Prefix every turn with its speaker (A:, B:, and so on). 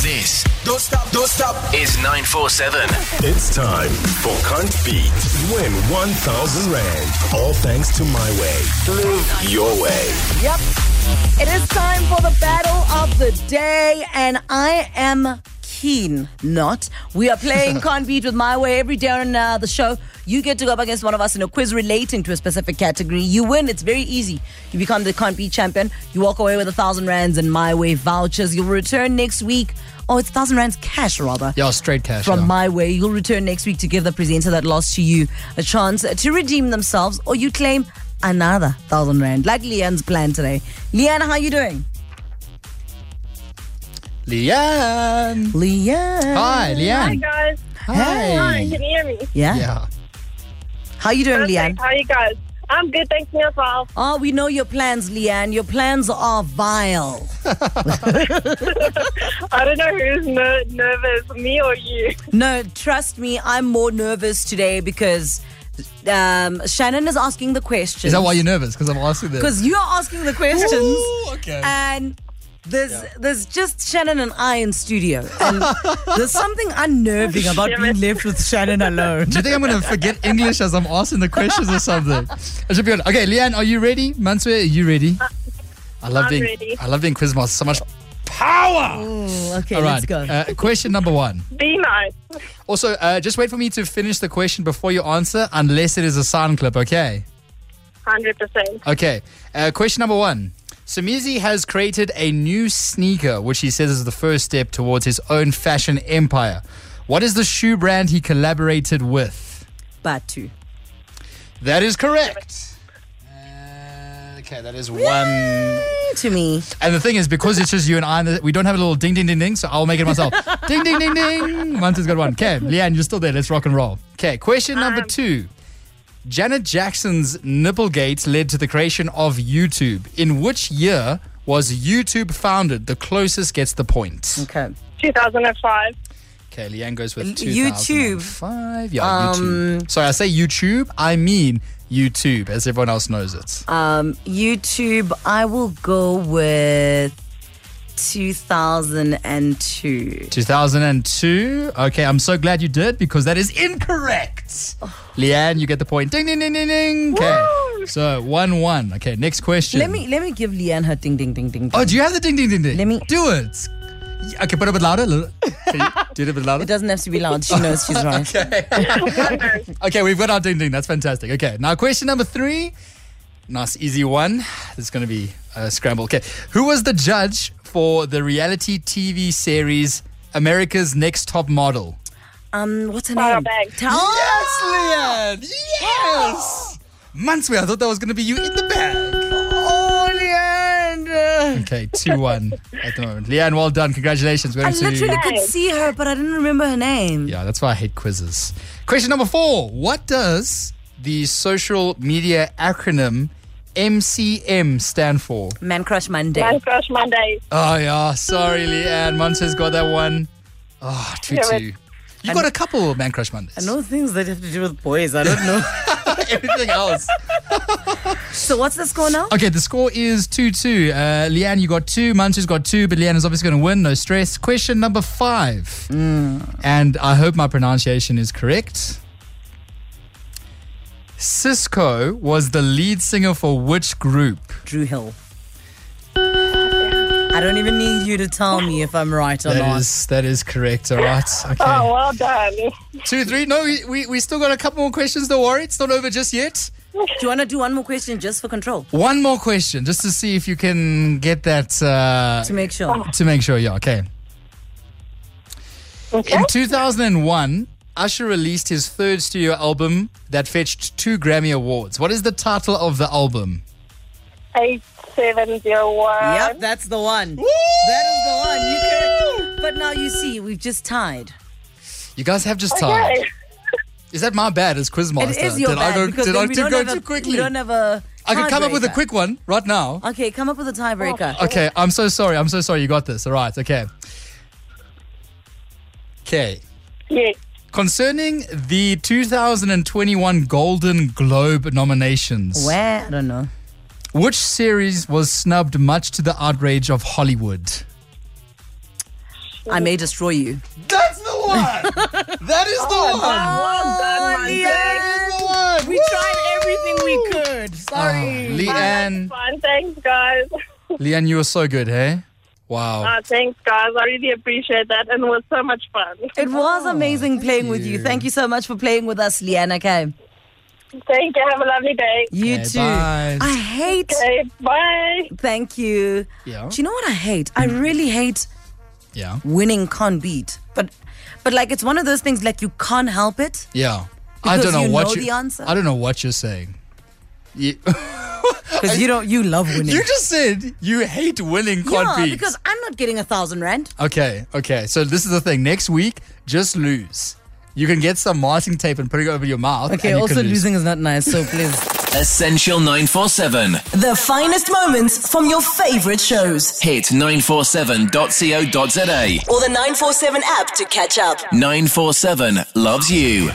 A: This
B: Don't stop, don't stop.
A: is 947.
C: It's time for Cunt Beat. Win 1,000 Rand. All thanks to my way. Live your way.
D: Yep. It is time for the battle of the day, and I am keen. Not. We are playing Can't Beat with My Way every day on uh, the show. You get to go up against one of us in a quiz relating to a specific category. You win. It's very easy. You become the Can't Beat champion. You walk away with a thousand rands and My Way vouchers. You'll return next week. Oh, it's thousand rands cash rather
E: Yeah, straight cash.
D: from
E: yeah.
D: my way. You'll return next week to give the presenter that lost to you a chance to redeem themselves, or you claim another thousand rand, like Leanne's plan today. Leanne, how you doing?
E: Leanne.
D: Leanne.
E: Hi,
F: Hi
E: Leanne.
F: guys. Hi, can you hear me?
D: Yeah.
E: Yeah.
D: How you doing, Leanne?
F: Perfect. How are you guys? I'm good, thanks for yourself.
D: Oh, we know your plans, Leanne. Your plans are vile.
F: I don't know who's ner- nervous, me or you.
D: No, trust me, I'm more nervous today because um, Shannon is asking the questions.
E: Is that why you're nervous? Because I'm asking this.
D: Because you are asking the questions.
E: Ooh, okay.
D: And there's there's just Shannon and I in studio. And there's something unnerving about
F: Damn
D: being
F: it.
D: left with Shannon alone.
E: Do you think I'm going to forget English as I'm asking the questions or something? I should be on. Okay, Leanne, are you ready? Manswe, are you ready? I love
F: Uh, I'm
E: being
F: ready.
E: I love being quizmaster. So much.
D: Mm, okay,
E: All right.
D: let's go.
E: Uh, question number one.
F: Be nice.
E: Also, uh, just wait for me to finish the question before you answer, unless it is a sound clip. Okay.
F: 100%.
E: Okay. Uh, question number one. Sumizi has created a new sneaker, which he says is the first step towards his own fashion empire. What is the shoe brand he collaborated with?
D: Batu.
E: That is correct. Uh, okay, that is one.
D: To me.
E: And the thing is, because it's just you and I, we don't have a little ding, ding, ding, ding, so I'll make it myself. ding, ding, ding, ding. Once has got one. Okay, Leanne, you're still there. Let's rock and roll. Okay, question number
F: Um,
E: two. Janet Jackson's Nipplegate led to the creation of YouTube. In which year was YouTube founded? The closest gets the point.
D: Okay.
F: 2005.
E: Okay, Leanne goes with
D: YouTube.
E: 2005. Yeah, YouTube. Sorry, I say YouTube, I mean YouTube, as everyone else knows it.
D: Um, YouTube, I will go with 2002.
E: 2002. Okay, I'm so glad you did because that is incorrect. Leanne, you get the point. Ding, ding, ding, ding, ding. Okay. So, 1 1. Okay, next question.
D: Let me let me give Leanne her ding ding ding ding. ding.
E: Oh, do you have the ding, ding, ding, ding?
D: Let me-
E: Do it. Yeah, Okay, put it a bit louder. a little- Can you do it a bit louder.
D: It doesn't have to be loud. She knows she's right.
E: Okay, we've got our ding, ding. That's fantastic. Okay, now question number three. Nice, easy one. This is going to be a scramble. Okay, who was the judge for the reality TV series America's Next Top Model?
D: Um, what's her
F: Sarah
D: name?
F: Banks.
D: Ta-
E: Yes, Leanne! Yes! Months away, Ah! I thought that was going to be you in the bag.
D: Oh, Leanne.
E: Okay, 2 1 at the moment. Leanne, well done. Congratulations. We're
D: I
E: into-
D: literally could see her, but I didn't remember her name.
E: Yeah, that's why I hate quizzes. Question number four What does the social media acronym MCM stand for?
D: Man Crush Monday.
F: Man Crush Monday.
E: Oh, yeah. Sorry, Leanne. Montes got that one. Oh, 2
F: Yeah,
E: 2. You got a couple of Man Crush Mondays.
D: No things that have to do with boys. I don't know.
E: Everything else.
D: so what's the score now?
E: Okay, the score is 2 2. Uh, Leanne, you got two. Mansu's got two, but Leanne is obviously going to win. No stress. Question number five. And I hope my pronunciation is correct. Cisco was the lead singer for which group?
D: Drew Hill. I don't even need you to tell me if I'm right or
E: That
D: not.
E: is, that is correct. All right. Okay.
F: Oh, well done.
E: Two, three. No, we, we, we still got a couple more questions. Don't worry. It's not over just yet.
D: Do you want to do one more question just for control
E: One more question just to see if you can get that. Uh,
D: to make sure?
E: to make sure yeah, okay. In 2001, Usher released his third studio album that fetched two Grammy Awards. What is the title of the album?
F: 8701.
D: Yep, that's the one. That is the one. You can. But now you see, we've just tied.
E: You guys have just time.
F: Okay.
E: Is that my bad as Quizmaster?
D: It is your
E: did
D: bad
E: I go,
D: because
E: did
D: then
E: I
D: we
E: too
D: don't
E: go
D: have a-
E: too
D: We
E: quickly?
D: don't have a.
E: I can come up with a
D: tiebreaker.
E: quick one right now.
D: Okay, come up with a tiebreaker.
E: Okay, I'm so sorry. I'm so sorry you got this. All right, okay. Okay.
F: Yes.
E: Concerning the 2021 Golden Globe nominations.
D: Where? I don't know.
E: Which series was snubbed much to the outrage of Hollywood?
D: I may destroy you.
E: That's the one. that is the one.
F: Well done, my
D: Leanne.
E: That is the one.
D: Oh, We tried everything we could. Sorry.
E: Ah, Leanne,
F: Fun. Thanks, guys.
E: Leanne, you were so good, hey? Wow.
F: Uh, thanks, guys. I really appreciate that, and it was so much fun.
D: It was amazing playing with you.
E: you.
D: Thank you so much for playing with us, Leanne. Okay.
F: Thank you. Have a lovely day.
D: You
E: Okay,
D: too.
E: bye.
D: I hate.
F: Okay, bye.
D: Thank you.
E: Yeah.
D: Do you know what I hate? I really hate
E: Yeah.
D: winning can't beat. But but like it's one of those things like you can't help it.
E: Yeah. I
D: Because
E: don't know
D: you
E: what
D: know
E: you.
D: the answer.
E: I don't know what you're saying. You,
D: Because you don't you love winning.
E: you just said you hate winning
D: yeah,
E: compete.
D: because I'm not getting a thousand rand.
E: okay. Okay. So this is the thing. Next week, just lose. You can get some masking tape and put it over your mouth. and you can lose.
D: is not nice, so please.
A: Essential 947.
B: The finest moments from your favorite shows.
A: Hit 947.co.za.
B: Or the 947 app to catch up.
A: 947 loves you.